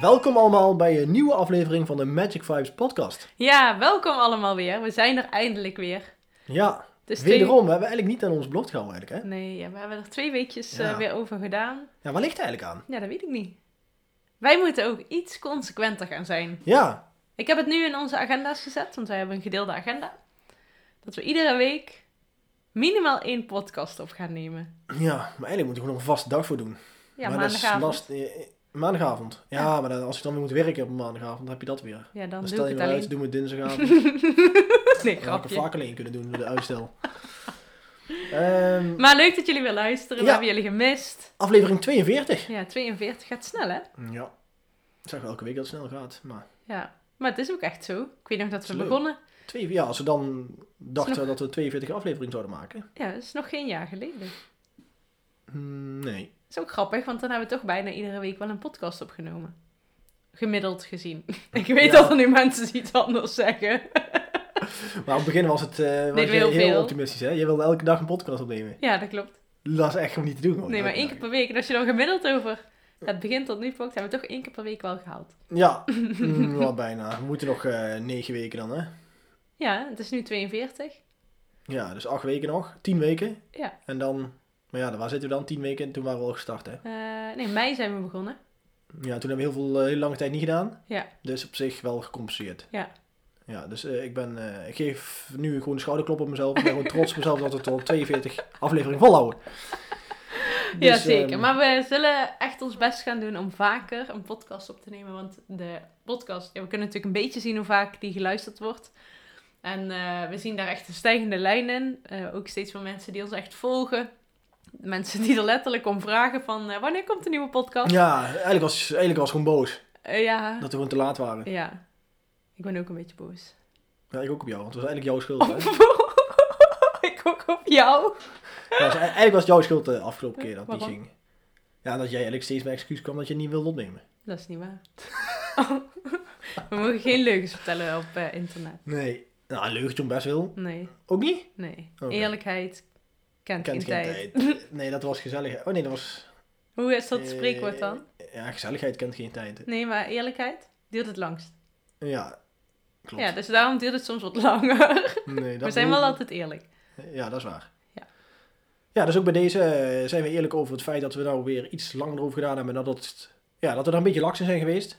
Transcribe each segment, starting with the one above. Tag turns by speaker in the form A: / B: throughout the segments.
A: Welkom allemaal bij een nieuwe aflevering van de Magic Vibes podcast.
B: Ja, welkom allemaal weer. We zijn er eindelijk weer.
A: Ja,
B: Dus
A: wederom, we hebben eigenlijk niet aan ons blok gehouden eigenlijk, hè?
B: Twee... Nee, ja, we hebben er twee weekjes
A: Ja.
B: eh, weer over gedaan.
A: Ja, waar ligt het eigenlijk aan?
B: Ja, dat weet ik niet. Wij moeten ook iets consequenter gaan zijn.
A: Ja,
B: Ik heb het nu in onze agenda's gezet, want wij hebben een gedeelde agenda. Dat we iedere week minimaal één podcast op gaan nemen.
A: ja, maar eigenlijk moeten we gewoon nog een vaste dag voor doen.
B: Ja,
A: maar dat is
B: maandagavond.
A: last- eh, eh, maandagavond. Ja,
B: Ja.
A: maar dan, als ik dan weer moet werken op maandagavond, dan heb je dat weer.
B: Ja, dan,
A: Dan
B: doe
A: stel
B: ik
A: je
B: het
A: wel uit,
B: alleen.
A: doen we dinsdagavond.
B: Nee,
A: Dan had ik
B: grapje.
A: er vaak alleen kunnen doen met de uitstel. Ehm,
B: Maar leuk dat jullie weer luisteren. We
A: Ja.
B: hebben jullie gemist.
A: aflevering 42.
B: Ja, 42 gaat snel, hè?
A: Ja. Ik zag wel elke week dat het snel gaat. Maar
B: Ja. Maar het is ook echt zo. Ik weet nog dat we
A: Is leuk.
B: begonnen.
A: twee, ja, als we dan dachten dat we 42 afleveringen zouden maken.
B: Ja, dat is nog geen jaar geleden. Dat
A: Hmm, Nee.
B: is ook grappig, want dan hebben we toch bijna iedere week wel een podcast opgenomen. Gemiddeld gezien. Ik weet
A: Ja.
B: dat er nu mensen iets anders zeggen.
A: Maar aan het begin was het eh, was
B: we
A: je
B: heel
A: heel,
B: veel.
A: optimistisch. Hè? Je wilde elke dag een podcast opnemen.
B: Ja, dat klopt.
A: Dat is echt gewoon niet te doen. gewoon.
B: Nee, maar
A: Elke
B: één
A: dag.
B: keer per week. En als je dan gemiddeld over het begin tot nu pakt, hebben we toch één keer per week wel gehaald.
A: Ja, mm, wel bijna. We moeten nog eh, negen weken dan, hè?
B: Ja, het is nu 42.
A: Ja, dus acht weken nog. Tien weken.
B: Ja.
A: En dan... Maar ja, dan- waar zitten we dan? Tien weken. En toen waren we al gestart, hè?
B: Eh, nee, in mei zijn we begonnen.
A: Ja, toen hebben we heel veel eh, heel lange tijd niet gedaan.
B: Ja.
A: Dus op zich wel gecompenseerd.
B: Ja.
A: Ja, dus eh, ik ben, eh, ik geef nu gewoon een schouderklop op mezelf. Ik ben gewoon trots op mezelf dat we tot 42 afleveringen volhouden.
B: ja,
A: Dus,
B: zeker.
A: ehm,
B: Maar we zullen echt ons best gaan doen om vaker een podcast op te nemen. Want de podcast, ja, we kunnen natuurlijk een beetje zien hoe vaak die geluisterd wordt. En eh, we zien daar echt een stijgende lijn in. Eh, ook steeds meer mensen die ons echt volgen. Mensen die er letterlijk om vragen van eh, wanneer komt de nieuwe podcast?
A: Ja, eigenlijk was, eigenlijk was ik gewoon boos
B: Eh, ja.
A: dat we gewoon te laat waren.
B: ja. Ik ben ook een beetje boos.
A: Ja, ik ook op jou, want het was eigenlijk jouw schuld. Hè?
B: Oh. ik ook op jou.
A: Ja, dus e- eigenlijk was het jouw schuld de afgelopen keer dat die
B: Waarom?
A: ging. Ja, dat jij eigenlijk steeds met excuus kwam dat je het niet wilde opnemen.
B: Dat is niet waar. We mogen geen leugens vertellen op eh, internet.
A: Nee. Nou, een leugentje om best wel.
B: Nee,
A: Ook niet?
B: nee.
A: Oké.
B: Eerlijkheid kent,
A: Kent
B: geen tijd.
A: tijd. Nee, dat was gezelligheid. Oh nee, dat was...
B: Hoe is dat
A: eh,
B: spreekwoord dan?
A: Ja, gezelligheid kent geen tijd.
B: Nee, maar eerlijkheid duurt het langst.
A: Ja, klopt.
B: Ja, dus daarom duurt het soms wat langer.
A: Nee, dat
B: We zijn
A: bedoel-
B: wel altijd eerlijk.
A: Ja, dat is waar.
B: Ja.
A: Ja, dus ook bij deze eh, zijn we eerlijk over het feit dat we daar weer iets langer over gedaan hebben. en Dat, het, ja, dat we daar een beetje laks in zijn geweest.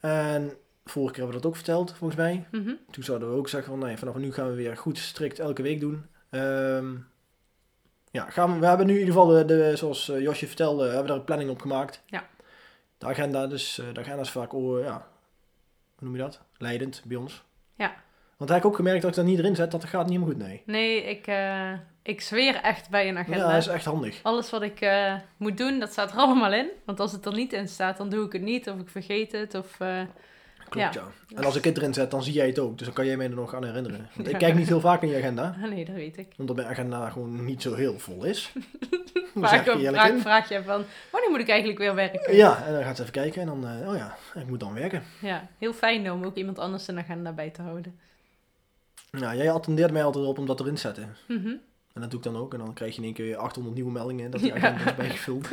A: En vorige keer hebben we dat ook verteld, volgens mij.
B: Mhm.
A: Toen zouden we ook zeggen van, nee, vanaf nu gaan we weer goed strikt elke week doen. Ehm, ja, gaan we, we hebben nu in ieder geval, de, de- zoals eh, Josje vertelde, hebben we daar een planning op gemaakt.
B: Ja.
A: De agenda, dus, eh, de agenda is vaak, oh, ja, hoe noem je dat? Leidend bij ons.
B: Ja.
A: Want daar heb ik ook gemerkt dat ik dat niet erin zet, dat gaat niet helemaal goed, nee.
B: Nee, ik, eh, ik zweer echt bij een agenda.
A: Ja, dat is echt handig.
B: Alles wat ik eh, moet doen, dat staat er allemaal in. Want als het er niet in staat, dan doe ik het niet. Of ik vergeet het. Of, eh,
A: Klopt, ja. En als ik het erin zet, dan zie jij het ook. Dus dan kan jij mij er nog aan herinneren. Want ik kijk niet heel vaak naar je agenda.
B: ah, nee, dat weet ik.
A: Omdat mijn agenda gewoon niet zo heel vol is. Daar zeg
B: Vaak
A: ik je
B: een
A: eerlijk
B: vraag,
A: in.
B: vraag je van, wanneer moet ik eigenlijk weer werken?
A: Ja, en dan gaat ze even kijken. En dan, eh, oh ja, ik moet dan werken.
B: Ja, heel fijn om ook iemand anders een agenda bij te houden.
A: Nou, jij attendeert mij altijd op om dat erin te zetten.
B: Mhm.
A: En dat doe ik dan ook. En dan krijg je in één keer weer 800 nieuwe meldingen. Dat
B: Ja.
A: die agenda is bijgevuld.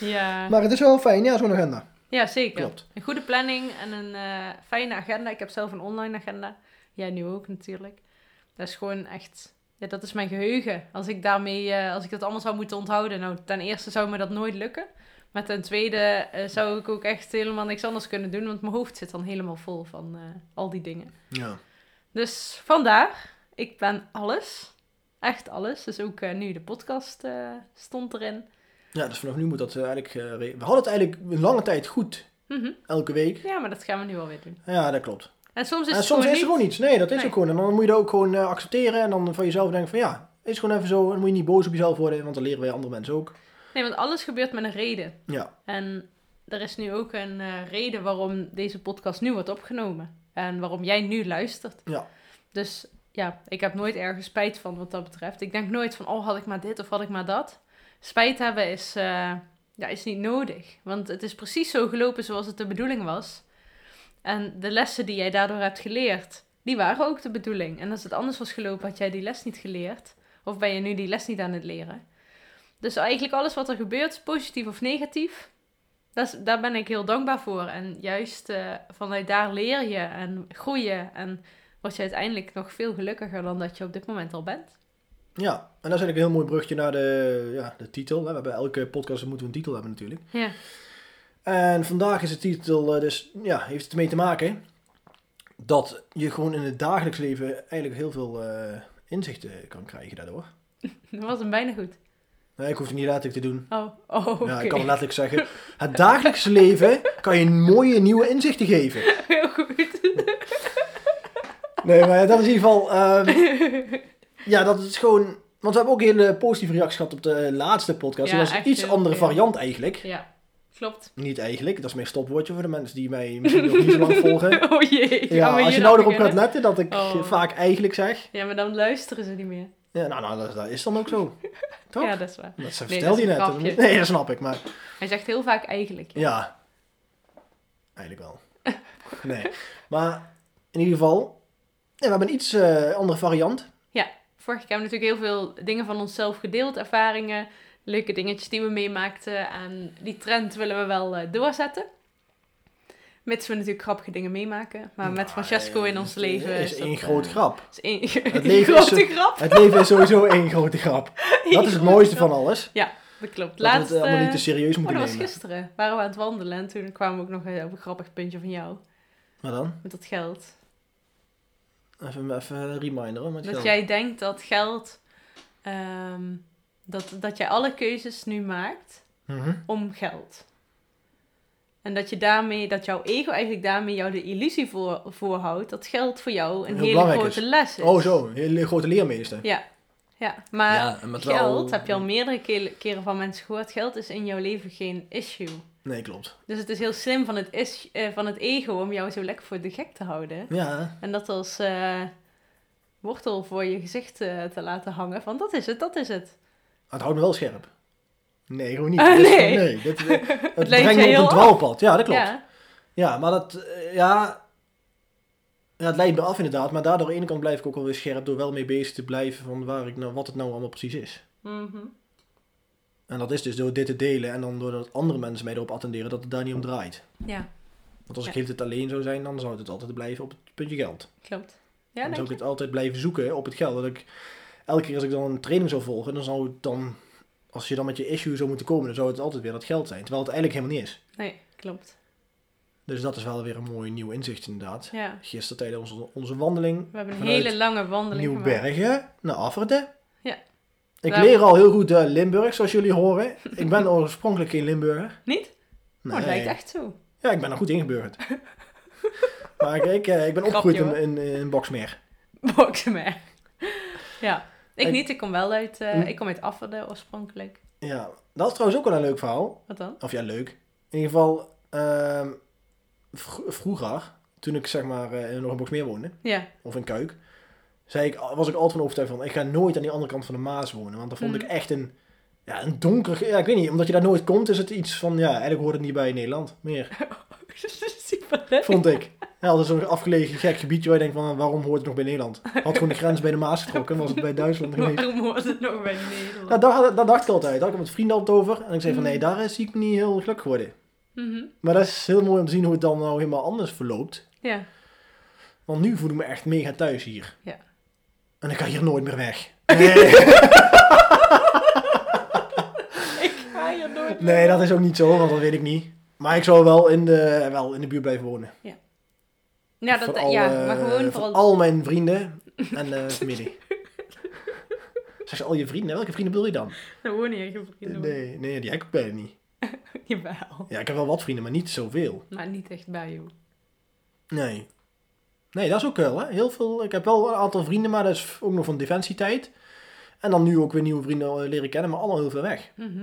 B: Ja.
A: Maar het is wel fijn, ja, zo'n agenda.
B: ja, zeker.
A: Klopt.
B: Een goede planning en een eh, fijne agenda. Ik heb zelf een online agenda. Jij nu ook natuurlijk. Dat is gewoon echt... Ja, dat is mijn geheugen. Als ik daarmee... eh, als ik dat allemaal zou moeten onthouden... Nou, ten eerste zou me dat nooit lukken. Maar ten tweede eh, zou ik ook echt helemaal niks anders kunnen doen. Want mijn hoofd zit dan helemaal vol van eh, al die dingen.
A: Ja.
B: Dus vandaar, ik plan alles. Echt alles. Dus ook eh, nu de podcast eh, stond erin.
A: ja, dus vanaf nu moet dat eh, eigenlijk... eh, re- we hadden het eigenlijk een lange tijd goed.
B: Mhm.
A: Elke week.
B: Ja, maar dat gaan we nu alweer doen.
A: Ja, dat klopt.
B: En soms is
A: En
B: het gewoon
A: soms is er
B: niet-
A: gewoon iets. Nee, dat is
B: Nee.
A: ook gewoon. En dan moet je dat ook gewoon eh, accepteren. En dan van jezelf denken van ja, is gewoon even zo. En dan moet je niet boos op jezelf worden, want dan leren wij andere mensen ook.
B: Nee, want alles gebeurt met een reden.
A: Ja.
B: En er is nu ook een eh, reden waarom deze podcast nu wordt opgenomen. En waarom jij nu luistert.
A: Ja.
B: Dus ja, ik heb nooit ergens spijt van wat dat betreft. Ik denk nooit van, oh, had ik maar dit of had ik maar dat. Spijt hebben is, eh, ja, is niet nodig. Want het is precies zo gelopen zoals het de bedoeling was. En de lessen die jij daardoor hebt geleerd, die waren ook de bedoeling. En als het anders was gelopen, had jij die les niet geleerd. Of ben je nu die les niet aan het leren. Dus eigenlijk alles wat er gebeurt, positief of negatief, dat is- daar ben ik heel dankbaar voor. En juist eh, vanuit daar leer je en groeien en word je uiteindelijk nog veel gelukkiger dan dat je op dit moment al bent.
A: Ja, en dat is eigenlijk een heel mooi brugje naar de, ja, de titel. hè. We hebben elke podcast moeten we een titel hebben natuurlijk.
B: Ja.
A: En vandaag is de titel eh, dus, ja, heeft het ermee te maken dat je gewoon in het dagelijks leven eigenlijk heel veel eh, inzichten kan krijgen daardoor.
B: Dat was hem bijna goed.
A: Nee, ik hoef het niet letterlijk te doen.
B: Oh, oh oké.
A: Ja, ik kan het letterlijk zeggen. Het dagelijkse leven kan je mooie nieuwe inzichten geven.
B: Heel goed.
A: Nee, maar dat is in ieder geval. ehm, ja, dat is gewoon. Want we hebben ook een hele positieve reacties gehad op de eh, laatste podcast.
B: Ja,
A: dat was een
B: echt
A: iets
B: heel
A: andere
B: veel.
A: variant eigenlijk.
B: ja, klopt.
A: Niet eigenlijk, dat is mijn stopwoordje voor de mensen die mij misschien nog niet zo lang volgen.
B: Oh jee. gaan
A: Ja,
B: we
A: als je
B: hier
A: nou
B: aan
A: erop gaat
B: beginnen?
A: letten dat ik
B: Oh.
A: vaak eigenlijk zeg.
B: Ja, maar dan luisteren ze niet meer.
A: Ja, nou, nou dat, dat is dan ook zo. Toch?
B: Ja, dat is waar.
A: dat vertelde
B: dat is
A: je
B: een
A: net.
B: grapje.
A: Nee, dat snap ik, maar
B: Hij zegt heel vaak eigenlijk. ja.
A: ja. Eigenlijk wel. Nee. Maar in ieder geval, ja, we hebben een iets eh, andere variant.
B: Vorige keer hebben we natuurlijk heel veel dingen van onszelf gedeeld, ervaringen, leuke dingetjes die we meemaakten. En die trend willen we wel eh, doorzetten. Mits we natuurlijk grappige dingen meemaken. Maar met
A: Nou,
B: Francesco in ons
A: eh,
B: leven
A: is
B: dat,
A: één
B: eh,
A: groot grap.
B: is één
A: Het leven is
B: grote
A: een-
B: grap.
A: Het leven is sowieso één grote grap. Dat is het mooiste van alles.
B: Dat klopt.
A: Dat
B: Laatst,
A: we het allemaal niet
B: eh,
A: te serieus
B: oh,
A: moeten
B: dat was
A: nemen.
B: gisteren. Waren we aan het wandelen en toen kwamen we ook nog eh, op een grappig puntje van jou.
A: Maar dan,
B: Met dat geld.
A: even, even een reminder. hoor, Met
B: Dat
A: geld.
B: jij denkt dat geld... ehm, dat, dat jij alle keuzes nu maakt
A: Mhm.
B: om geld. En dat, je daarmee, dat jouw ego eigenlijk daarmee jou de illusie voor, voorhoudt... dat geld voor jou een
A: Heel
B: hele
A: belangrijk
B: grote
A: is.
B: les is.
A: Oh zo, een hele grote leermeester.
B: Ja, maar
A: en met
B: geld heb je al meerdere kele- keren van mensen gehoord. Geld is in jouw leven geen issue.
A: Nee, klopt.
B: Dus het is heel slim van het, is, eh, van het ego om jou zo lekker voor de gek te houden.
A: Ja,
B: En dat als eh, wortel voor je gezicht eh, te laten hangen. Van dat is het, dat is het.
A: het houdt me wel scherp. Nee, gewoon niet.
B: Ah,
A: Dit is-
B: nee.
A: nee. Dit, dit- het
B: leidt je
A: brengt me
B: heel
A: op een
B: af.
A: dwaalpad. Ja, dat klopt. Ja,
B: Ja,
A: maar dat, eh, ja... Ja, het leidt me af inderdaad, maar daardoor aan de ene kant blijf ik ook wel weer scherp door wel mee bezig te blijven van waar ik nou, wat het nou allemaal precies is.
B: Mhm.
A: En dat is dus door dit te delen en dan doordat andere mensen mij erop attenderen dat het daar niet om draait.
B: ja
A: Want als ik
B: Ja.
A: heel het alleen zou zijn, dan zou het altijd blijven op het puntje geld.
B: klopt. Ja,
A: dan
B: denk
A: zou ik
B: je?
A: het altijd blijven zoeken op het geld. Dat ik, elke keer als ik dan een training zou volgen, dan zou het dan, als je dan met je issue zou moeten komen, dan zou het altijd weer dat geld zijn. Terwijl het eigenlijk helemaal niet is.
B: Nee, klopt.
A: Dus dat is wel weer een mooi nieuw inzicht inderdaad.
B: Ja.
A: Gisteren tijdens onze, onze wandeling,
B: We hebben een
A: Vanuit
B: hele lange wandeling gemaakt.
A: Nieuwbergen naar Afferden.
B: Ja.
A: Ik
B: Daar-
A: leer al heel goed eh, Limburg, zoals jullie horen. ik ben oorspronkelijk geen Limburger.
B: Niet? Oh, dat lijkt echt zo.
A: Ja, ik ben er goed ingeburgerd. maar kijk, eh, ik ben opgegroeid in,
B: Grapje,
A: in, in Boksmeer.
B: Boksemer. ja. Ik
A: Ik-
B: niet, ik kom wel uit... eh,
A: Hm.
B: Ik kom uit Afferden oorspronkelijk.
A: Ja, dat is trouwens ook wel een leuk verhaal.
B: Wat dan?
A: Of ja, leuk. In ieder geval, ehm, vro- vroeger, toen ik zeg maar eh, nog in Boksmeer woonde,
B: Ja.
A: of in Kuik, zei ik, was ik altijd van overtuigd van, ik ga nooit aan die andere kant van de Maas wonen. Want dan vond
B: Mhm.
A: ik echt een, ja, een donker, ja, ik weet niet, omdat je daar nooit komt, is het iets van, ja, eigenlijk hoort het niet bij Nederland meer,
B: Super leuk.
A: vond ik. Ja, dat is zo'n afgelegen gek gebiedje waar je denkt van, eh, waarom hoort het nog bij Nederland? Had gewoon de grens bij de Maas getrokken, was het bij Duitsland geweest.
B: Waarom hoort het nog bij Nederland?
A: Nou, daar, daar dacht ik altijd. Daar had ik met vrienden altijd over. En ik zei van,
B: Mhm.
A: nee, daar eh, zie ik me niet heel gelukkig worden.
B: Mhm.
A: Maar dat is heel mooi om te zien hoe het dan nou helemaal anders verloopt.
B: Ja.
A: Want nu voel ik me echt mega thuis hier.
B: Ja.
A: En ik ga hier nooit meer weg. Nee,
B: Ik ga je nooit
A: nee, dat is ook niet zo, want dat weet ik niet. Maar ik zou wel in de, wel in de buurt blijven wonen.
B: Ja, dat,
A: Vooral,
B: ja
A: eh,
B: maar gewoon
A: van
B: vooral...
A: al mijn vrienden en eh familie. Zeg je al je vrienden? Welke vrienden bedoel je dan?
B: Er wonen hier geen vrienden. Nee.
A: Nee, nee, die heb ik bijna niet.
B: Jawel.
A: Ja, ik heb wel wat vrienden, maar niet zoveel.
B: Maar niet echt bij jou.
A: Nee. Nee, dat is ook wel. Hè? Heel veel, ik heb wel een aantal vrienden, maar dat is ook nog van defensietijd. En dan nu ook weer nieuwe vrienden eh, leren kennen, maar allemaal heel veel weg.
B: Mhm.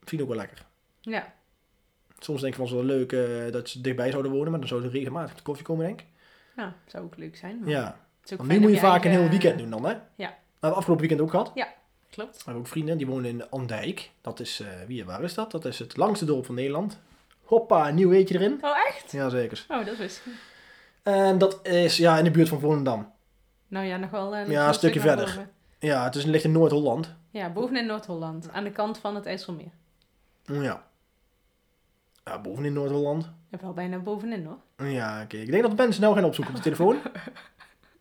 A: Vind ik ook wel lekker.
B: Ja.
A: Soms denk ik van, het is wel leuk eh, dat ze dichtbij zouden wonen, maar dan zouden ze regelmatig op de koffie komen, denk ik.
B: Nou, zou ook leuk zijn. maar
A: Ja,
B: het is ook
A: want nu
B: fijn
A: moet
B: om
A: je vaak een
B: eigen-
A: heel weekend doen dan, hè?
B: Ja.
A: We hebben afgelopen weekend ook gehad.
B: Klopt.
A: We hebben ook vrienden, die wonen in Andijk. Dat is, eh, wie, waar is dat? Dat is het langste dorp van Nederland. Hoppa, een nieuw weetje erin.
B: Oh, echt?
A: Jazeker.
B: Oh, dat wist ik. niet.
A: En dat is, ja, in de buurt van Volendam.
B: Nou ja, nog wel eh, nog
A: Ja, een stukje
B: stuk naar
A: verder.
B: boven.
A: Ja, het is, ligt in Noord-Holland.
B: Ja, bovenin Noord-Holland. Aan de kant van het IJsselmeer.
A: Oh, Ja. Ja, boven in Noord-Holland.
B: Je hebt wel bijna bovenin, hoor.
A: Ja, oké. Ik denk dat mensen nou gaan opzoeken op de telefoon.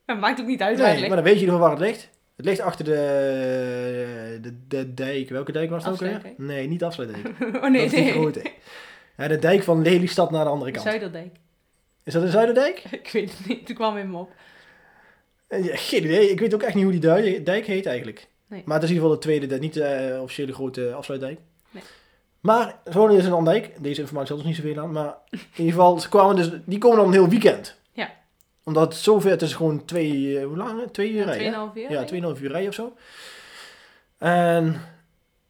B: Dat maakt ook niet uit,
A: Nee,
B: eigenlijk.
A: maar dan weet je in ieder geval waar het ligt. Het ligt achter de, de, de dijk. Welke dijk was het ook weer?
B: Afsluitdijk.
A: Nee, niet Afsluitdijk.
B: Oh, nee,
A: dat is die
B: nee.
A: grote. Ja, de dijk van Lelystad naar de andere kant.
B: Zuiderdijk.
A: Is dat een Zuiderdijk?
B: Ik weet het niet. Toen kwam in me op.
A: Eh, Ja, geen idee. Ik weet ook echt niet hoe die dui- dijk heet eigenlijk.
B: Nee.
A: Maar het is in ieder geval de tweede, de, niet de eh, officiële grote afsluitdijk.
B: Nee.
A: Maar ze wonen dus in Andijk. Deze informatie had ons niet zoveel aan. Maar in ieder geval, ze kwamen dus, die komen dan een heel weekend.
B: Ja.
A: Omdat het zover, het is gewoon twee, eh, hoe lang? hè? Twee uur rijden. hè?
B: Tweeënhalf uur.
A: Ja, 2,5 uur rijden of zo. En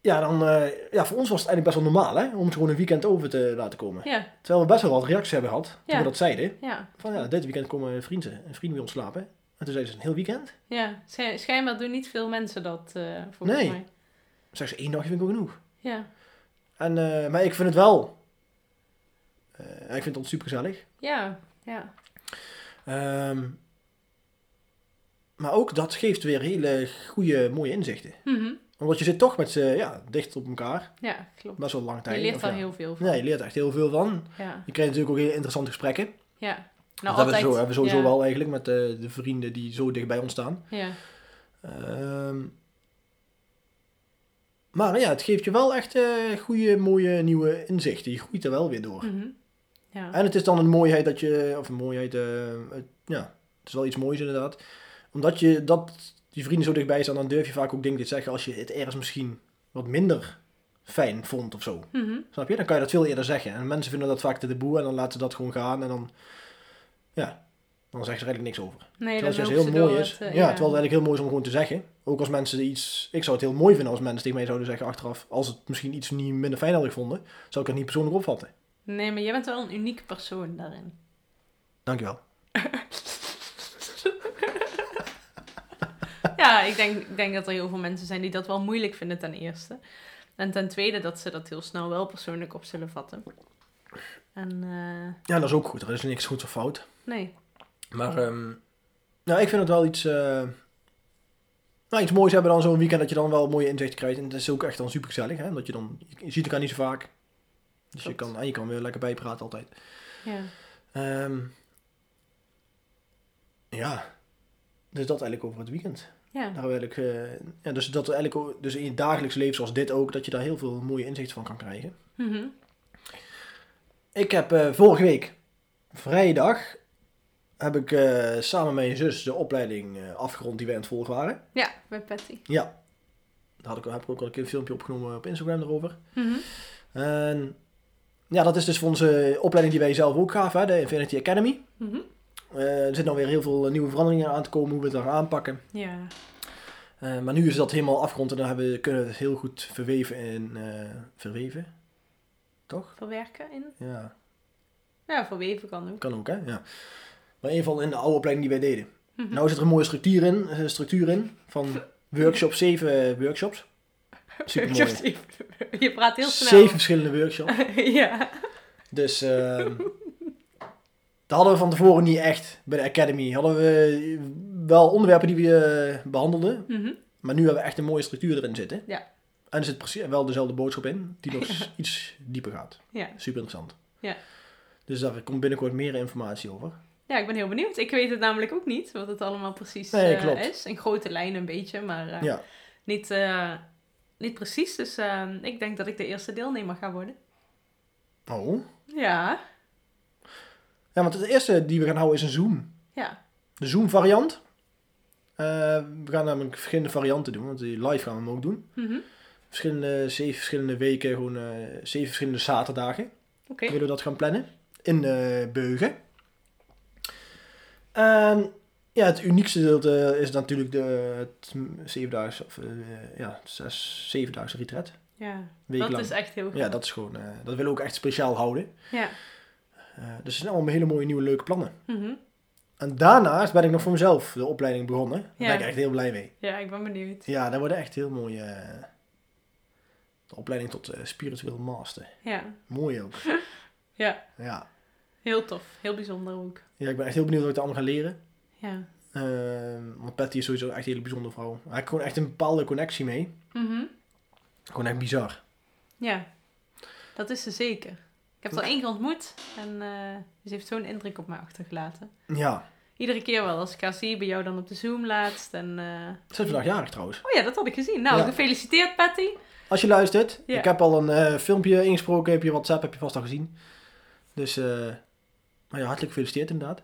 A: ja, dan, eh, ja, voor ons was het eigenlijk best wel normaal hè, om het gewoon een weekend over te laten komen.
B: Ja,
A: Terwijl we best wel wat reacties hebben gehad toen
B: Ja.
A: we dat zeiden.
B: ja,
A: Van ja, dit weekend komen vrienden, een vriend bij ons slapen. En toen zeiden ze, een heel weekend?
B: ja. Schij- Schijnbaar doen niet veel mensen dat, eh volgens
A: Nee.
B: mij.
A: Zeggen ze, één dagje vind ik ook genoeg.
B: Ja.
A: En, eh, maar ik vind het wel. Eh, ik vind het super gezellig.
B: Ja, ja.
A: Ehm, maar ook dat geeft weer hele goede, mooie inzichten.
B: Mhm.
A: Omdat je zit toch met ze ja, dicht op elkaar.
B: Ja, klopt.
A: Best wel lang tijd.
B: Je leert
A: of
B: daar
A: ja.
B: heel veel van.
A: Nee, je leert echt heel veel van.
B: Ja,
A: Je krijgt natuurlijk ook heel interessante gesprekken.
B: ja.
A: dat hebben we, zo, hebben we sowieso
B: Nou, ja.
A: wel eigenlijk met eh, de vrienden die zo dicht bij ons staan.
B: Ja,
A: Ehm, maar ja, het geeft je wel echt eh goede, mooie nieuwe inzichten. Je groeit er wel weer door.
B: mhm. ja.
A: En het is dan een mooiheid dat je, of een mooiheid, eh, het- ja, het is wel iets moois inderdaad. Omdat je dat, die vrienden zo dichtbij staan, dan durf je vaak ook dingen te zeggen als je het ergens misschien wat minder fijn vond of zo.
B: Mhm.
A: Snap je? Dan kan je dat veel eerder zeggen. En mensen vinden dat vaak te taboe en dan laten ze dat gewoon gaan en dan, ja, dan zeggen ze er eigenlijk niks over.
B: Nee,
A: terwijl het
B: dat
A: juist heel mooi is. ja,
B: Het, eh,
A: terwijl het eigenlijk heel mooi is om gewoon te zeggen. Ook als mensen iets, ik zou het heel mooi vinden als mensen tegen mij zouden zeggen achteraf, als het misschien iets niet minder fijn hadden gevonden, zou ik het niet persoonlijk opvatten.
B: Nee, maar jij bent wel een uniek persoon daarin.
A: Dankjewel.
B: Ja, ik denk, ik denk dat er heel veel mensen zijn die dat wel moeilijk vinden ten eerste. En ten tweede dat ze dat heel snel wel persoonlijk op zullen vatten. En eh,
A: Ja, dat is ook goed. Er is niks goed of fout.
B: nee,
A: Maar ehm, nou, ik vind het wel iets, eh, nou, iets moois hebben dan zo'n weekend dat je dan wel mooie inzichten krijgt. En het is ook echt dan super gezellig. Hè? Dat je, dan, je ziet elkaar niet zo vaak. Dus je
B: Klopt.
A: kan, en je kan weer lekker bijpraten altijd.
B: ja.
A: Ehm, ja, dus dat eigenlijk over het weekend.
B: Ja,
A: Daar hebben we eigenlijk, eh, ja, dus, dat eigenlijk, ook- dus in je dagelijks leven zoals dit ook, dat je daar heel veel mooie inzichten van kan krijgen.
B: Mhm.
A: Ik heb eh, vorige week, vrijdag, heb ik eh, samen met mijn zus de opleiding eh, afgerond die we aan het volgen waren.
B: ja bij Patty.
A: Ja, daar had ik, heb ik ook al een keer een filmpje opgenomen op Instagram erover.
B: Mhm.
A: En ja, dat is dus voor onze opleiding die wij zelf ook gaven, hè, de Infinity Academy.
B: Mhm.
A: Eh, er zitten alweer heel veel eh, nieuwe veranderingen aan te komen, hoe we het daar aanpakken.
B: Ja,
A: Eh, maar nu is dat helemaal afgerond en dan hebben, we- kunnen we het heel goed verweven in... eh, verweven? Toch?
B: verwerken in.
A: Ja,
B: Ja, verweven kan ook.
A: kan ook hè? Ja. Maar in ieder geval in de oude opleiding die wij deden.
B: Mhm.
A: Nou zit er een mooie structuur in, eh, structuur in van workshops, zeven eh, workshops. Super mooi.
B: Je praat heel snel.
A: Zeven verschillende workshops.
B: ja.
A: Dus ehm, dat hadden we van tevoren niet echt bij de Academy. Hadden we wel onderwerpen die we eh, behandelden,
B: Mhm.
A: Maar nu hebben we echt een mooie structuur erin zitten.
B: Ja.
A: En er zit precies wel dezelfde boodschap in, die nog s- iets dieper gaat.
B: ja.
A: Super interessant.
B: Ja.
A: Dus daar komt binnenkort meer informatie over.
B: Ja, ik ben heel benieuwd. Ik weet het namelijk ook niet, wat het allemaal precies
A: Nee,
B: eh,
A: klopt.
B: is. In grote lijnen een beetje, maar eh,
A: Ja.
B: niet, eh, niet precies. Dus eh, ik denk dat ik de eerste deelnemer ga worden.
A: Oh.
B: Ja,
A: Ja, want het eerste die we gaan houden is een Zoom.
B: ja.
A: De Zoom variant. Eh, we gaan namelijk verschillende varianten doen, want die live gaan we hem ook doen.
B: Mhm.
A: Verschillende, zeven verschillende weken, gewoon eh, zeven verschillende zaterdagen.
B: Oké.
A: willen we dat gaan plannen in eh Beugen. En Ja, het uniekste gedeelte is natuurlijk de, het zevendaagse, of eh, ja, zes, zevendaagse retret.
B: Ja,
A: Week
B: dat
A: lang.
B: is echt heel goed.
A: Ja, dat is gewoon, eh, dat willen we ook echt speciaal houden.
B: Ja.
A: Eh, dus er zijn allemaal hele mooie nieuwe leuke plannen.
B: Mhm.
A: En daarnaast ben ik nog voor mezelf de opleiding begonnen. Daar
B: Ja.
A: ben ik echt heel blij mee.
B: ja, ik ben benieuwd.
A: Ja, daar worden echt heel mooi. eh, de opleiding tot eh, spiritueel master.
B: Ja,
A: Mooi ook.
B: Ja.
A: ja.
B: heel tof. Heel bijzonder ook.
A: Ja, ik ben echt heel benieuwd wat ik daar allemaal ga leren.
B: Ja.
A: Ehm, want Patty is sowieso echt een hele bijzondere vrouw. Hij heeft gewoon echt een bepaalde connectie mee.
B: Mhm.
A: Gewoon echt bizar.
B: Ja, dat is ze zeker. Ik heb er één keer ontmoet en eh, ze heeft zo'n indruk op mij achtergelaten.
A: Ja.
B: Iedere keer wel, als ik haar zie, bij jou dan op de Zoom laatst. En, eh,
A: Ze is vandaag jarig trouwens.
B: Oh ja, dat had ik gezien. Nou,
A: Ja.
B: gefeliciteerd Patty.
A: Als je luistert,
B: Ja.
A: ik heb al een eh, filmpje ingesproken. Heb je WhatsApp, heb je vast al gezien. Dus, eh maar ja, hartelijk gefeliciteerd inderdaad.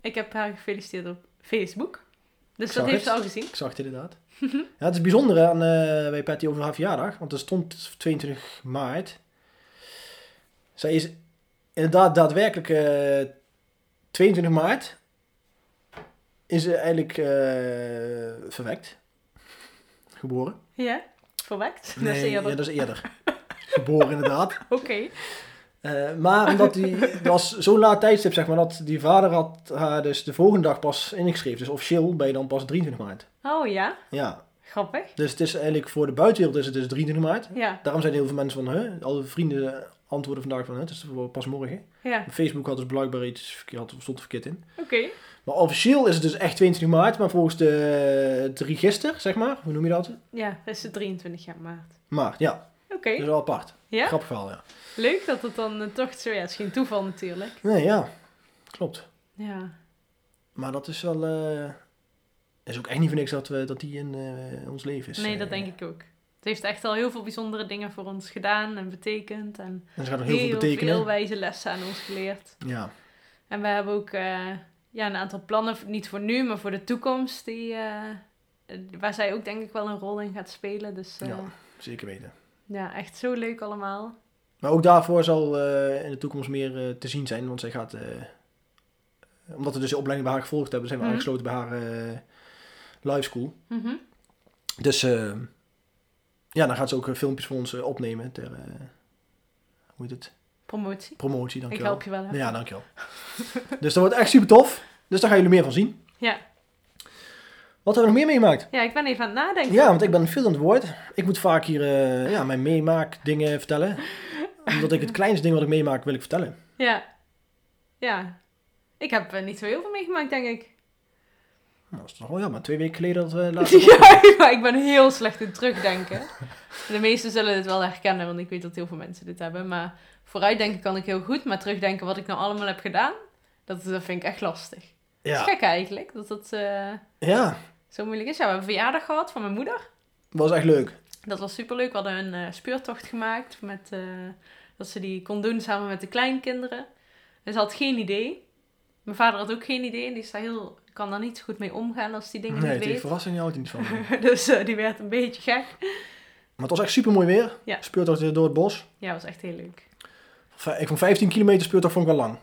B: Ik heb haar gefeliciteerd op Facebook. Dus
A: Ik
B: dat
A: zag
B: heeft ze
A: het.
B: al gezien.
A: Ik zag het inderdaad. ja, het is bijzonder hè, aan, eh, bij Patty over haar verjaardag. Want er stond 22 maart. Zij is inderdaad daadwerkelijk eh, 22 maart. Is ze eigenlijk eh, verwekt. Geboren.
B: Ja, verwekt.
A: Nee,
B: dat is eerder.
A: Ja, dat is eerder. Geboren inderdaad.
B: Oké.
A: Eh, maar omdat die, dat was zo'n laat tijdstip zeg maar, dat die vader had haar dus de volgende dag pas ingeschreven. Dus officieel ben je dan pas 23 maart.
B: Oh ja,
A: Ja,
B: grappig.
A: dus het is eigenlijk voor de buitenwereld is het dus 23 maart.
B: Ja,
A: Daarom zijn heel veel mensen van, hè, alle vrienden eh, antwoorden vandaag van, hè, het is voor pas morgen.
B: ja.
A: Facebook had dus blijkbaar iets verkeerd, had- stond er verkeerd in.
B: Oké.
A: Maar officieel is het dus echt 22 maart, maar volgens de, het register, zeg maar, hoe noem je dat?
B: Ja, dat is de 23 jaar maart.
A: Maart, ja,
B: Oké,
A: dat is wel apart.
B: ja.
A: Grappig verhaal, ja.
B: Leuk dat het dan eh, toch zo... Ja, het is geen toeval natuurlijk.
A: Nee, ja, klopt.
B: Ja,
A: Maar dat is wel, eh, is ook echt niet voor niks dat, we, dat die in eh, ons leven is.
B: nee, dat denk ik ook. Het heeft echt al heel veel bijzondere dingen voor ons gedaan en betekend. En
A: En ze gaat nog heel, veel betekenen.
B: veel wijze lessen aan ons geleerd.
A: Ja,
B: En we hebben ook eh, ja, een aantal plannen, niet voor nu, maar voor de toekomst, die, eh, waar zij ook denk ik wel een rol in gaat spelen. Dus eh,
A: Ja.
B: ja.
A: zeker weten.
B: echt zo leuk allemaal.
A: Maar ook daarvoor zal eh, in de toekomst meer eh, te zien zijn, want zij gaat, eh, omdat we dus de opleiding bij haar gevolgd hebben, zijn we
B: Mhm.
A: aangesloten bij haar eh live school.
B: Mhm.
A: Dus eh, ja, dan gaat ze ook eh, filmpjes voor ons eh, opnemen ter, eh, hoe heet het,
B: Promotie.
A: promotie,
B: ik
A: dankjewel.
B: help je wel. hè?
A: Ja, dankjewel. dus dat wordt echt super tof, dus daar gaan jullie meer van zien.
B: Ja.
A: Wat hebben we nog meer meegemaakt?
B: ja, ik ben even aan het nadenken.
A: Ja, want ik ben veel aan het woord. Ik moet vaak hier eh, ja, mijn meemaakdingen vertellen. Omdat ik het kleinste ding wat ik meemaak wil ik vertellen.
B: Ja. Ja. Ik heb eh, niet zo heel veel meegemaakt, denk ik.
A: Nou, dat is toch wel jammer. Twee weken geleden Nou, dat eh, we laten...
B: Ja, maar ik ben heel slecht in terugdenken. De meesten zullen het wel herkennen, want ik weet dat heel veel mensen dit hebben. Maar vooruitdenken kan ik heel goed, maar terugdenken wat ik nou allemaal heb gedaan, dat, dat vind ik echt lastig. Het is
A: Ja.
B: gek eigenlijk, dat dat eh,
A: ja,
B: zo moeilijk is. Ja, we hebben een verjaardag gehad van mijn moeder.
A: was echt leuk.
B: Dat was superleuk. We hadden een eh, speurtocht gemaakt met, eh, dat ze die kon doen samen met de kleinkinderen. En ze had geen idee. Mijn vader had ook geen idee en die is daar heel, kan daar niet zo goed mee omgaan als die dingen
A: Nee,
B: niet
A: het heeft
B: weet.
A: verrassing houdt niet van. Maar
B: dus eh, die werd een beetje gek.
A: het was echt super mooi weer.
B: Ja.
A: Speurtocht door het bos.
B: Ja, was echt heel leuk.
A: Vij- Ik vond 15 kilometer speurtocht vond ik wel lang.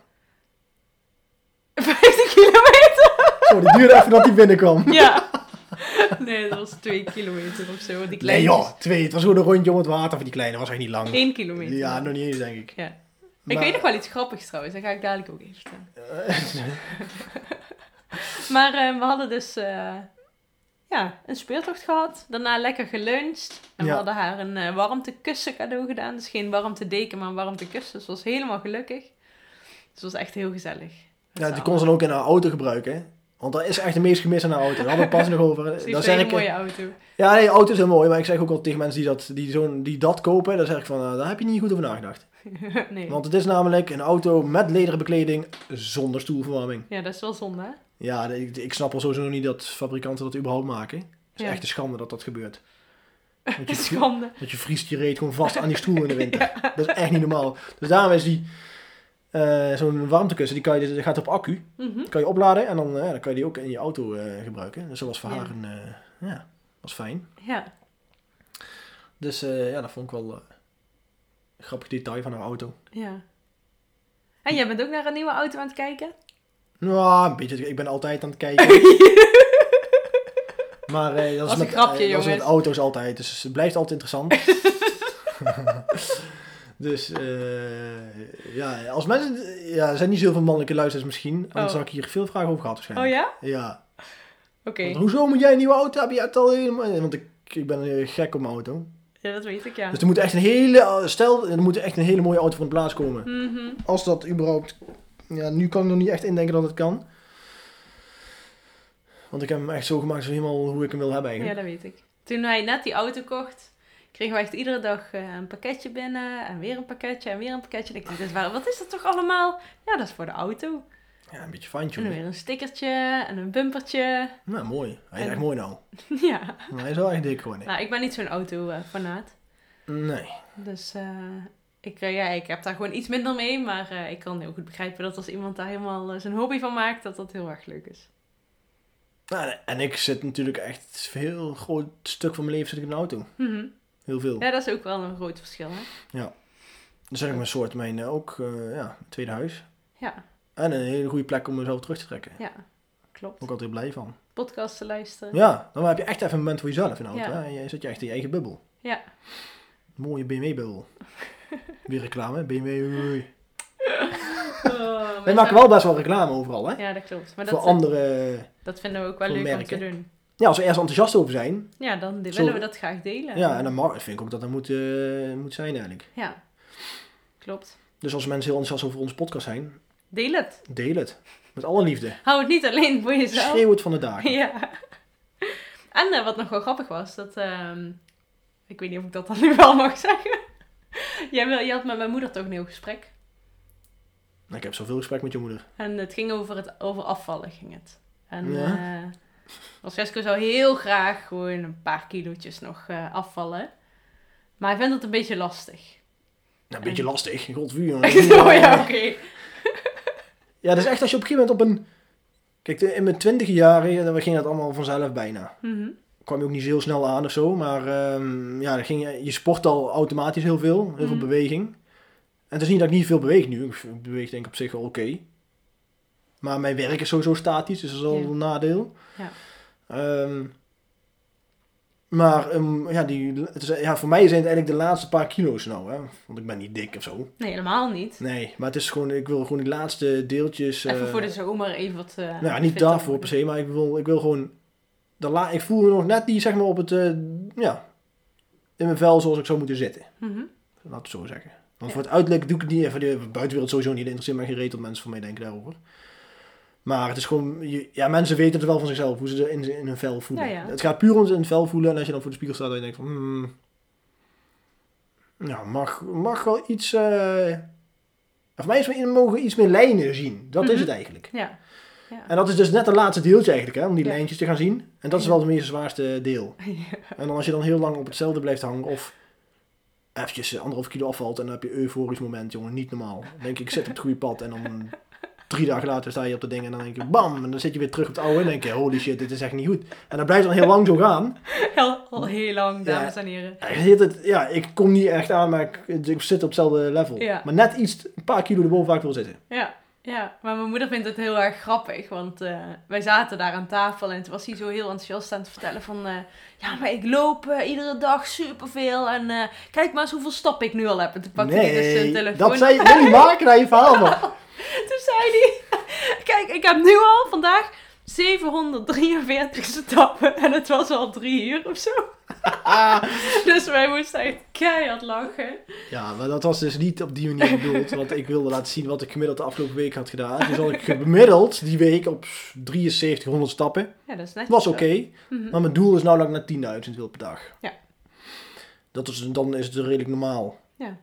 B: 50 kilometer?
A: Zo, die duurde even dat die binnenkwam.
B: Ja. Nee, dat was 2 kilometer of zo. want Die
A: Nee
B: kleine
A: joh, twee. Het was gewoon een rondje om het water voor die kleine. was echt niet lang.
B: 1 kilometer.
A: Ja, nog niet eens denk ik.
B: Ja.
A: Maar-
B: Ik weet nog wel iets grappigs trouwens, dat ga ik dadelijk ook even vertellen.
A: eh,
B: maar eh, we hadden dus eh, ja, een speeltocht gehad, daarna lekker geluncht. En we
A: Ja.
B: hadden haar een eh, warmtekussen cadeau gedaan. Dus geen warmtedeken, maar een warmtekussen. Ze was helemaal gelukkig. Dus het was echt heel gezellig.
A: Ja, die kon ze dan ook in haar auto gebruiken. hè. Want dat is echt de meest gemist aan haar auto. Daar hadden we pas nog over.
B: Dat
A: Dan
B: is
A: zeg
B: een
A: ik,
B: hele mooie auto.
A: Ja, nee, auto is heel mooi, maar ik zeg ook al tegen mensen die dat, die zo'n, die dat kopen, dan zeg ik van, eh, daar heb je niet goed over nagedacht.
B: nee.
A: Want het is namelijk een auto met lederen bekleding zonder stoelverwarming.
B: Ja, dat is wel zonde, hè?
A: Ja, de- ik, ik snap al sowieso nog niet dat fabrikanten dat überhaupt maken. Het is
B: Ja.
A: echt een schande dat dat gebeurt. Want je, vri-
B: Schande.
A: want je vriest je reet gewoon vast aan die stoel in de winter. Dat is echt niet normaal. Dus daarom is die, eh, zo'n warmtekussen, die, kan je, die gaat op accu.
B: Mhm.
A: Die kan je opladen en dan, eh, dan kan je die ook in je auto eh, gebruiken. Dus dat was voor
B: Ja.
A: haar een, eh, ja, was fijn.
B: Ja.
A: Dus eh, ja, dat vond ik wel eh, een grappig detail van haar auto.
B: Ja. En jij bent ook naar een nieuwe auto aan het kijken?
A: Nou, een beetje. Ik ben altijd aan het kijken. Maar eh, dat,
B: Was
A: is
B: een
A: met,
B: grapje,
A: eh, dat is met
B: jongens.
A: auto's altijd. Dus het blijft altijd interessant. dus eh, ja, als mensen... Ja, er zijn niet zoveel mannelijke luisteraars misschien. Anders
B: Oh.
A: had ik hier veel vragen over gehad
B: Oh
A: waarschijnlijk.
B: ja?
A: Ja.
B: Oké.
A: Want hoezo moet jij een nieuwe auto hebben? Je hebt al helemaal... Want ik, ik ben eh, gek op mijn auto.
B: Ja, dat weet ik, ja.
A: Dus er moet echt een hele... Stel, er moet echt een hele mooie auto van de plaats komen.
B: Mhm.
A: Als dat überhaupt... Ja, nu kan ik nog niet echt indenken dat het kan. Want ik heb hem echt zo gemaakt, zo helemaal hoe ik hem wil hebben
B: Ja,
A: eigenlijk.
B: dat weet ik. Toen hij net die auto kocht, kregen we echt iedere dag eh, een pakketje binnen. En weer een pakketje en weer een pakketje. En ik dacht, dit is waar- wat is dat toch allemaal? Ja, dat is voor de auto.
A: Ja, een beetje fijn
B: En dan weer een stickertje en een bumpertje.
A: Nou, mooi. Hij is
B: En-
A: echt mooi nou.
B: ja.
A: Hij is wel echt dik geworden.
B: Nou, ik ben niet zo'n auto-fanaat.
A: Nee.
B: Dus eh, ik, eh, ja, ik heb daar gewoon iets minder mee. Maar eh, ik kan heel goed begrijpen dat als iemand daar helemaal eh, zijn hobby van maakt, dat dat heel erg leuk is.
A: Nou, en ik zit natuurlijk echt een heel groot stuk van mijn leven zit ik in een auto.
B: Mhm.
A: Heel veel.
B: Ja, dat is ook wel een groot verschil, hè?
A: Dus dat is ook mijn soort, mijn eh, ook, eh, ja, tweede huis.
B: Ja,
A: En een hele goede plek om mezelf terug te trekken. Daar
B: ja. Klopt.
A: ben ik altijd blij van.
B: Podcasts te luisteren.
A: Ja, dan heb je echt even een moment voor jezelf in de auto.
B: Ja.
A: hè. En je zit je echt in je eigen bubbel.
B: Ja.
A: Mooie BMW-bubbel. Weer reclame, hè? BMW. oei.
B: Oh,
A: Wij
B: maar
A: maken wel best wel reclame overal, hè?
B: Ja, dat klopt. Maar
A: Voor
B: dat,
A: andere...
B: dat vinden we ook wel
A: voor
B: leuk om
A: merken.
B: te doen.
A: Ja, als we ergens enthousiast over zijn.
B: Ja, dan de-
A: Zo-
B: willen we dat graag delen.
A: Ja, en dan mag, vind ik ook dat dat moet, eh, moet zijn eigenlijk.
B: Ja, klopt.
A: Dus als mensen heel enthousiast over onze podcast zijn,
B: Deel het.
A: deel het. Met alle liefde.
B: Hou het niet alleen voor jezelf.
A: Schreeuw het van de daken.
B: Ja. En eh, wat nog wel grappig was, dat... ehm, ik weet niet of ik dat dan nu wel mag zeggen. Jij wil, je had met mijn moeder toch een heel gesprek.
A: Nou, ik heb zoveel gesprek met je moeder. Nou,
B: En het ging over, het, over afvallen, ging het. En
A: Ja.
B: eh Francesco zou heel graag gewoon een paar kilootjes nog eh, afvallen. Maar hij vindt het een beetje lastig.
A: Nou, een beetje
B: En-
A: lastig. Godvuur, jongen.
B: oh ja, oké.
A: Ja, dat is echt als je op een gegeven moment op een... Kijk, de- in mijn twintig jaren, eh, dan ging dat allemaal vanzelf bijna.
B: Mhm.
A: Kwam je ook niet zo heel snel aan of zo, maar ehm, ja, dan ging je, je sport al automatisch heel veel. Heel veel
B: Mhm.
A: beweging. En het is niet dat ik niet veel beweeg nu. Ik beweeg denk ik op zich wel oké. Maar mijn werk is sowieso statisch, dus dat is al
B: Ja.
A: een nadeel.
B: Ja.
A: Ehm, maar ehm, ja, die, het is, ja, voor mij zijn het eigenlijk de laatste paar kilo's nou. Hè? Want ik ben niet dik of zo.
B: Nee, helemaal niet.
A: Nee, maar het is gewoon, ik wil gewoon die laatste deeltjes.
B: Even
A: eh,
B: voor de zomer even wat... eh,
A: nou ja, niet
B: fitter
A: daarvoor per
B: worden.
A: se, maar ik wil, ik wil gewoon... De la, ik voel me nog net niet, zeg maar, op het... eh, ja, in mijn vel zoals ik zou moeten zitten.
B: Mhm.
A: Laat het zo zeggen. Want
B: Ja.
A: voor het uiterlijk doe ik het niet. Even de buitenwereld sowieso niet. Het interesseert mij gereed wat mensen van mij denken daarover. Maar het is gewoon... je- Ja, mensen weten het wel van zichzelf. Hoe ze er in, in hun vel voelen.
B: Ja, ja.
A: Het gaat puur om ze in het vel voelen. En als je dan voor de spiegel staat, dan denk je van... Hmm, nou, mag, mag wel iets... eh of mij is wel- mogen iets meer lijnen zien. Dat
B: Mhm.
A: is het eigenlijk.
B: Ja. Ja.
A: En dat is dus net het laatste deeltje eigenlijk, hè, om die
B: Ja.
A: lijntjes te gaan zien. En dat is wel het meest zwaarste deel.
B: Ja.
A: En dan als je dan heel lang op hetzelfde blijft hangen of eventjes eh, anderhalf kilo afvalt en dan heb je een euforisch moment, jongen, niet normaal. Dan denk je, ik zit op het goede pad en dan drie dagen later sta je op dat ding en dan denk je, bam, en dan zit je weer terug op het oude en denk je, holy shit, dit is echt niet goed. En dat blijft dan heel lang zo gaan.
B: Al, al heel lang,
A: Ja.
B: dames en heren.
A: En je zit het, ja, ik kom niet echt aan, maar ik, ik zit op hetzelfde level.
B: Ja.
A: Maar net iets, een paar kilo erboven waar ik wil zitten.
B: Ja. Ja, maar mijn moeder vindt het heel erg grappig, want eh, wij zaten daar aan tafel en toen was hij zo heel enthousiast aan het vertellen van... eh, ja, maar ik loop eh, iedere dag superveel en eh, kijk maar eens hoeveel stappen ik nu al heb. En toen pakte hij dus zijn telefoon.
A: dat zei jullie maken naar je verhaal nog.
B: Toen zei hij, kijk, ik heb nu al vandaag 743 stappen en het was al drie uur of zo. Dus wij moesten echt keihard lachen.
A: Ja, maar dat was dus niet op die manier bedoeld. Want ik wilde laten zien wat ik gemiddeld de afgelopen week had gedaan. Dus had ik gemiddeld die week op 7300 stappen.
B: Ja, dat is net
A: Was
B: zo.
A: oké.
B: Mhm.
A: Maar mijn doel is nou dat ik naar 10.000 wil per dag.
B: Ja.
A: Dat is, dan is het redelijk normaal.
B: Ja.
A: Ik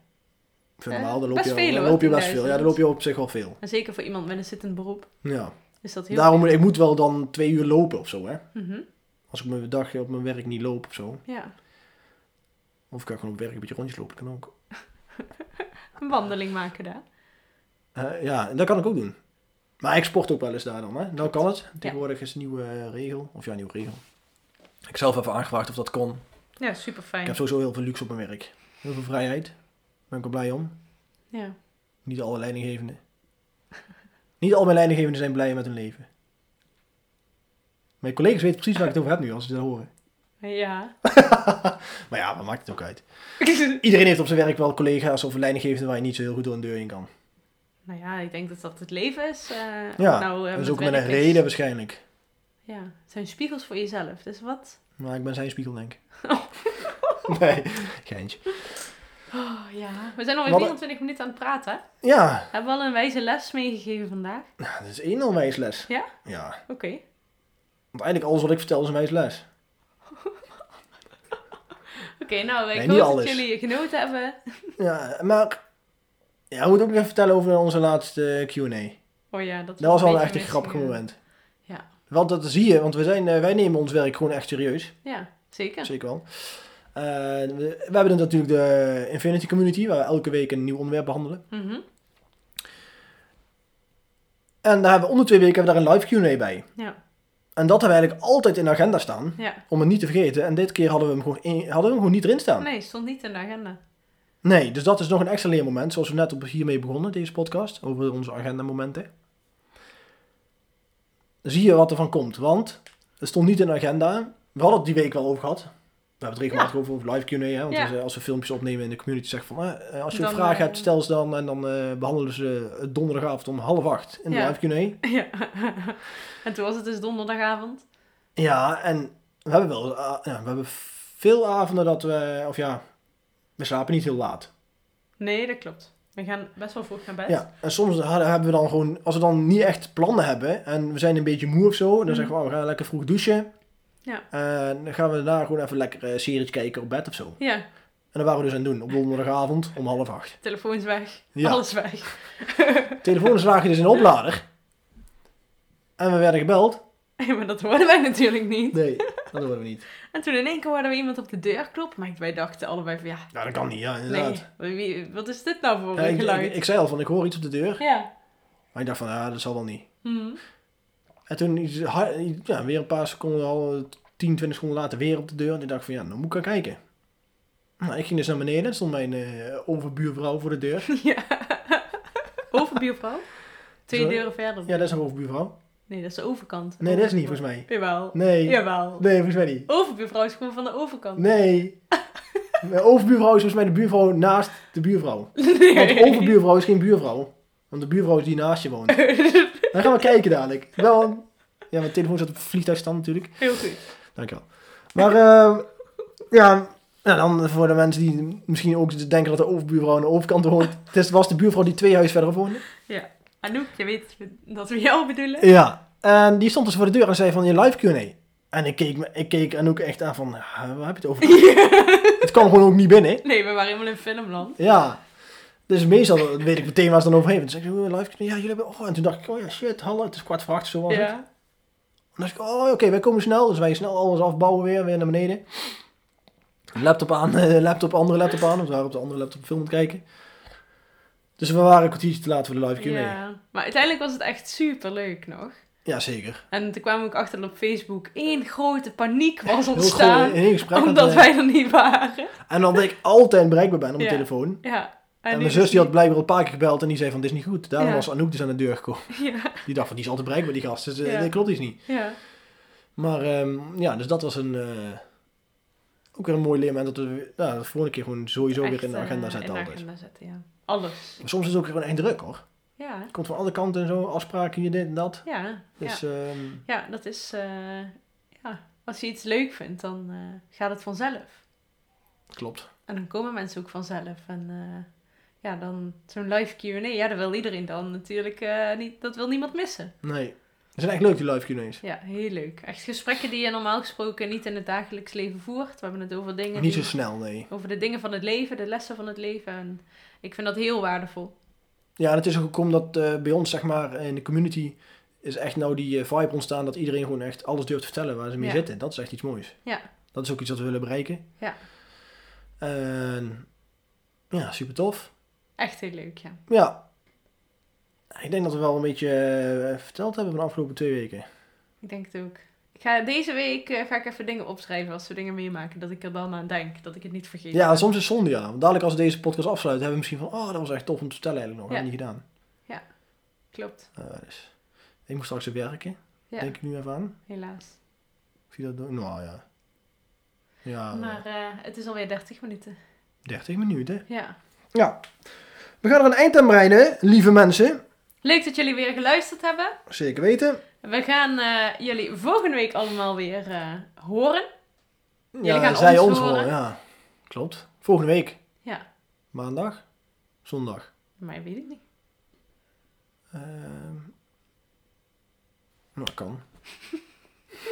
A: vind
B: Eh,
A: normaal, dan loop
B: best
A: je,
B: veel,
A: dan
B: hoor,
A: loop je best veel.
B: 10.000.
A: Ja, dan loop je op zich wel veel.
B: En zeker voor iemand met een zittend beroep
A: Ja.
B: is dat heel...
A: Daarom, ik moet wel dan twee uur lopen of zo, hè.
B: Mhm.
A: Als ik mijn dag op mijn werk niet loop of zo.
B: Ja,
A: Of ik kan gewoon op werk een beetje rondjes lopen, kan ook.
B: een wandeling maken daar.
A: Eh, ja, en dat kan ik ook doen. Maar ik sport ook wel eens daar dan, hè? Nou kan het. Tegenwoordig is een nieuwe eh, regel. Of ja, nieuwe regel. Ik zelf even aangevraagd of dat kon.
B: Ja, super
A: Ik
B: fijn.
A: heb sowieso heel veel luxe op mijn werk. Heel veel vrijheid. Daar ben ik wel blij om.
B: Ja.
A: Niet alle leidinggevende. Niet al mijn leidinggevenden zijn blij met hun leven. Mijn collega's weten precies waar ik het over heb nu, als ze dat horen.
B: Ja.
A: Maar ja, wat maakt het ook uit? Iedereen heeft op zijn werk wel collega's of leidinggevenden waar je niet zo heel goed door een deur in kan.
B: nou ja, ik denk dat dat het leven is. eh, of
A: Ja,
B: nou, eh,
A: dat is
B: met
A: ook met een
B: werk is.
A: reden waarschijnlijk.
B: Ja, het zijn spiegels voor jezelf. Dus wat?
A: Maar ik ben zijn spiegel, denk ik. Nee, geintje.
B: Oh ja. We zijn alweer
A: Wat-
B: 24 minuten aan het praten. hè?
A: Ja,
B: Hebben we al een wijze les meegegeven vandaag?
A: nou, dat is één al wijsles.
B: Ja?
A: Ja.
B: Oké.
A: Want eigenlijk alles wat ik vertel is een wijsles.
B: Oké, nou, ik
A: Nee, niet
B: hoop dat
A: alles.
B: jullie genoten hebben.
A: Ja, maar... Ja, we moeten ook even vertellen over onze laatste Q&A.
B: Oh ja, dat,
A: Dat was wel
B: beetje
A: echt een grappig
B: missing, eh,
A: moment.
B: Ja.
A: Want dat zie je, want we zijn, eh, wij nemen ons werk gewoon echt serieus.
B: Ja, zeker.
A: Zeker wel. Eh, we, we hebben dan natuurlijk de Infinity Community, waar we elke week een nieuw onderwerp behandelen.
B: Mhm.
A: En daar hebben we onder twee weken hebben we daar een live Q&A bij.
B: Ja,
A: En dat hebben we eigenlijk altijd in de agenda staan,
B: ja.
A: om het niet te vergeten. En dit keer hadden we hem gewoon, in- hadden we hem gewoon niet erin staan.
B: Nee, stond niet in de agenda.
A: Nee, dus dat is nog een extra leermoment, zoals we net op hiermee begonnen, deze podcast, over onze agendamomenten. Zie je wat er van komt, want het stond niet in de agenda. We hadden het die week wel over gehad. We hebben het regelmatig over, over live Q&A, hè, want
B: Ja.
A: als, eh, als we filmpjes opnemen in de community, zeg van, eh, eh, als je
B: Dan,
A: een vraag
B: eh,
A: hebt, stel ze dan en dan eh, behandelen ze het donderdagavond om half acht in de
B: Ja.
A: live Q&A.
B: Ja. en toen was het dus donderdagavond.
A: Ja, en we hebben wel, eh, ja, we hebben veel avonden dat we, of ja, we slapen niet heel laat.
B: Nee, dat klopt. We gaan best wel vroeg naar bed.
A: Ja, en soms ha- hebben we dan gewoon, als we dan niet echt plannen hebben en we zijn een beetje moe of zo, dan
B: Mhm.
A: zeggen we, oh, we gaan lekker vroeg douchen.
B: Ja.
A: En dan gaan we daarna gewoon even lekker een series kijken op bed of zo.
B: Ja,
A: En dat waren we dus aan het doen op donderdagavond om half acht.
B: telefoons weg.
A: Ja.
B: Alles weg.
A: Telefoons lagen dus in de oplader. En we werden gebeld.
B: Ja, maar dat hoorden wij natuurlijk niet.
A: Nee, dat hoorden we niet.
B: En toen in één keer hoorden we iemand op de deur kloppen. Maar wij dachten allebei van ja,
A: Nou, dat kan niet, ja, inderdaad.
B: nee, wie- wat is dit nou voor
A: Ja,
B: een
A: ik,
B: geluid?
A: ik, ik zei al van, ik hoor iets op de deur.
B: Ja.
A: Maar ik dacht van, ja, dat zal wel niet.
B: Mhm.
A: En toen, iets- ha- ja, weer een paar seconden, al 10, 20 seconden later weer op de deur. En ik dacht van, ja, dan moet ik gaan kijken. Nou, ik ging dus naar beneden en stond mijn eh, overbuurvrouw voor de deur.
B: Ja. Overbuurvrouw? Twee
A: Sorry?
B: deuren verder.
A: Ja, dat is een overbuurvrouw.
B: Nee, dat is de overkant.
A: Nee, dat is niet volgens mij.
B: Jawel.
A: Nee,
B: Jawel.
A: nee, volgens mij niet.
B: Overbuurvrouw is gewoon van de overkant.
A: Nee. Mijn overbuurvrouw is volgens mij de buurvrouw naast de buurvrouw.
B: Nee.
A: Want overbuurvrouw is geen buurvrouw. Want de buurvrouw is die naast je woont. Dan gaan we kijken dadelijk. Wel, ja, mijn telefoon zat op vliegtuigstand natuurlijk.
B: Heel goed.
A: Dankjewel. Maar ehm, ja, nou dan voor de mensen die misschien ook denken dat de overbuurvrouw aan de overkant woont. Het is- was de buurvrouw die twee huis verderop woonde.
B: Ja. Anouk, je weet dat we jou bedoelen.
A: Ja. En die stond dus voor de deur en zei van je live Q&A. En ik keek, me- ik keek Anouk echt aan van, "Ah, waar heb je het over? Het kwam gewoon ook niet binnen.
B: Nee, we waren helemaal in filmland.
A: Ja. Dus meestal weet ik meteen waar ze dan over heeft. En toen zei ik, "Oh, live Q&A, ja jullie hebben... Oh, en toen dacht ik, oh ja, shit, hallo, het is kwart voor acht, zo was het.
B: Ja.
A: En dan dacht ik, oh, oké, wij komen snel. Dus wij snel alles afbouwen weer, weer naar beneden. Laptop aan, eh, laptop, andere laptop aan. Want we waren op de andere laptop film aan het kijken. Dus we waren een kwartiertje te laat voor de live Q&A. Ja.
B: ja. Maar uiteindelijk was het echt super leuk nog.
A: zeker.
B: En toen kwamen we ook achter dat op Facebook één grote paniek was
A: Heel gewoon
B: ontstaan.
A: in één gesprek. want,
B: Omdat
A: eh,
B: wij er niet waren.
A: En dan dat ik altijd bereikbaar ben op mijn
B: Ja.
A: telefoon.
B: Ja.
A: En,
B: nu
A: mijn zus
B: dus
A: die had
B: niet.
A: blijkbaar al een paar keer gebeld en die zei van, dit is niet goed. Daarom
B: Ja.
A: was Anouk dus aan de deur gekomen.
B: Ja.
A: Die dacht van, die is altijd bereikbaar, die gast. Dus eh,
B: Ja.
A: dat klopt iets niet.
B: Ja.
A: Maar ehm, ja, dus dat was een... eh, ook weer een mooi leermoment dat we ja, de volgende keer gewoon sowieso weer
B: Echt,
A: in de agenda
B: eh,
A: zetten.
B: In de
A: altijd.
B: agenda zetten, ja. Alles.
A: Maar soms is het ook gewoon echt druk hoor.
B: Ja. hè?
A: Het komt van alle kanten en zo, afspraken hier, dit en dat.
B: Ja. ja.
A: Dus ehm,
B: Ja, dat is. eh, ja. Als je iets leuk vindt, dan eh, gaat het vanzelf.
A: klopt.
B: En dan komen mensen ook vanzelf. En eh, ja, dan zo'n live QA. Ja, dat wil iedereen dan natuurlijk. eh, niet, dat wil niemand missen.
A: Nee. Het zijn echt leuk die live Q&A's.
B: Ja, heel leuk. Echt gesprekken die je normaal gesproken niet in het dagelijks leven voert. We hebben het over dingen.
A: Niet zo
B: die-
A: snel, nee.
B: Over de dingen van het leven, de lessen van het leven. En ik vind dat heel waardevol.
A: Ja, dat is ook omdat eh, bij ons, zeg maar, in de community is echt nou die eh, vibe ontstaan dat iedereen gewoon echt alles durft te vertellen waar ze mee
B: Ja.
A: zitten. Dat is echt iets moois.
B: Ja.
A: Dat is ook iets wat we willen bereiken.
B: Ja.
A: En ja, super tof.
B: Echt heel leuk, ja.
A: Ja. Ik denk dat we wel een beetje eh, verteld hebben van de afgelopen twee weken.
B: Ik denk het ook. Ik ga, deze week eh, ga ik even dingen opschrijven als we dingen meemaken. Dat ik er dan aan denk. Dat ik het niet vergeet.
A: Ja, soms is zonde, ja. Want dadelijk als we deze podcast afsluiten, hebben we misschien van... Oh, dat was echt tof om te vertellen eigenlijk nog.
B: Ja.
A: Dat hebben we niet
B: Ja.
A: gedaan.
B: Klopt,
A: Eh, dus. Ik moet straks weer werken,
B: Ja.
A: denk ik nu even aan.
B: helaas.
A: Of je dat doet? Nou ja. Ja, eh,
B: Maar eh, het is alweer 30 minuten.
A: 30 minuten.
B: Ja.
A: Ja. We gaan er een eind aan breiden, lieve mensen.
B: Leuk dat jullie weer geluisterd hebben.
A: Zeker weten.
B: We gaan eh, jullie volgende week allemaal weer eh, horen. Jullie
A: ja,
B: gaan
A: zij
B: ons
A: ons
B: horen.
A: horen. Ja, klopt. Volgende week.
B: Ja,
A: Maandag? Zondag?
B: maar weet ik niet.
A: Ehm nou, kan.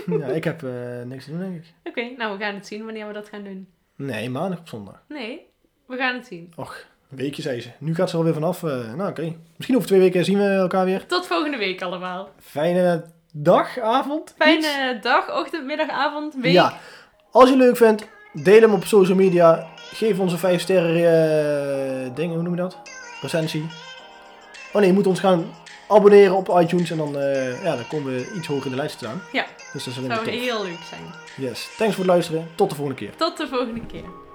A: ja, ik heb eh, niks te doen, denk ik.
B: Oké, nou we gaan het zien wanneer we dat gaan doen.
A: Nee, maandag op zondag.
B: Nee, we gaan het zien.
A: Och, een weekje, zei ze. Nu gaat ze alweer vanaf. eh, nou, oké. Misschien over twee weken zien we elkaar weer.
B: Tot volgende week allemaal.
A: Fijne dag, avond. iets.
B: Fijne dag, ochtend, middag, avond, week.
A: Ja. Als je het leuk vindt, deel hem op social media. Geef ons een 5 sterren eh, ding, hoe noem je dat? Recensie. Oh nee, je moet ons gaan abonneren op iTunes en dan, eh, ja, dan komen we iets hoger in de lijst te staan.
B: Ja.
A: Dus dat is alleen maar
B: Zou
A: tof.
B: heel leuk zijn.
A: Yes, thanks voor het luisteren. Tot de volgende keer.
B: Tot de volgende keer.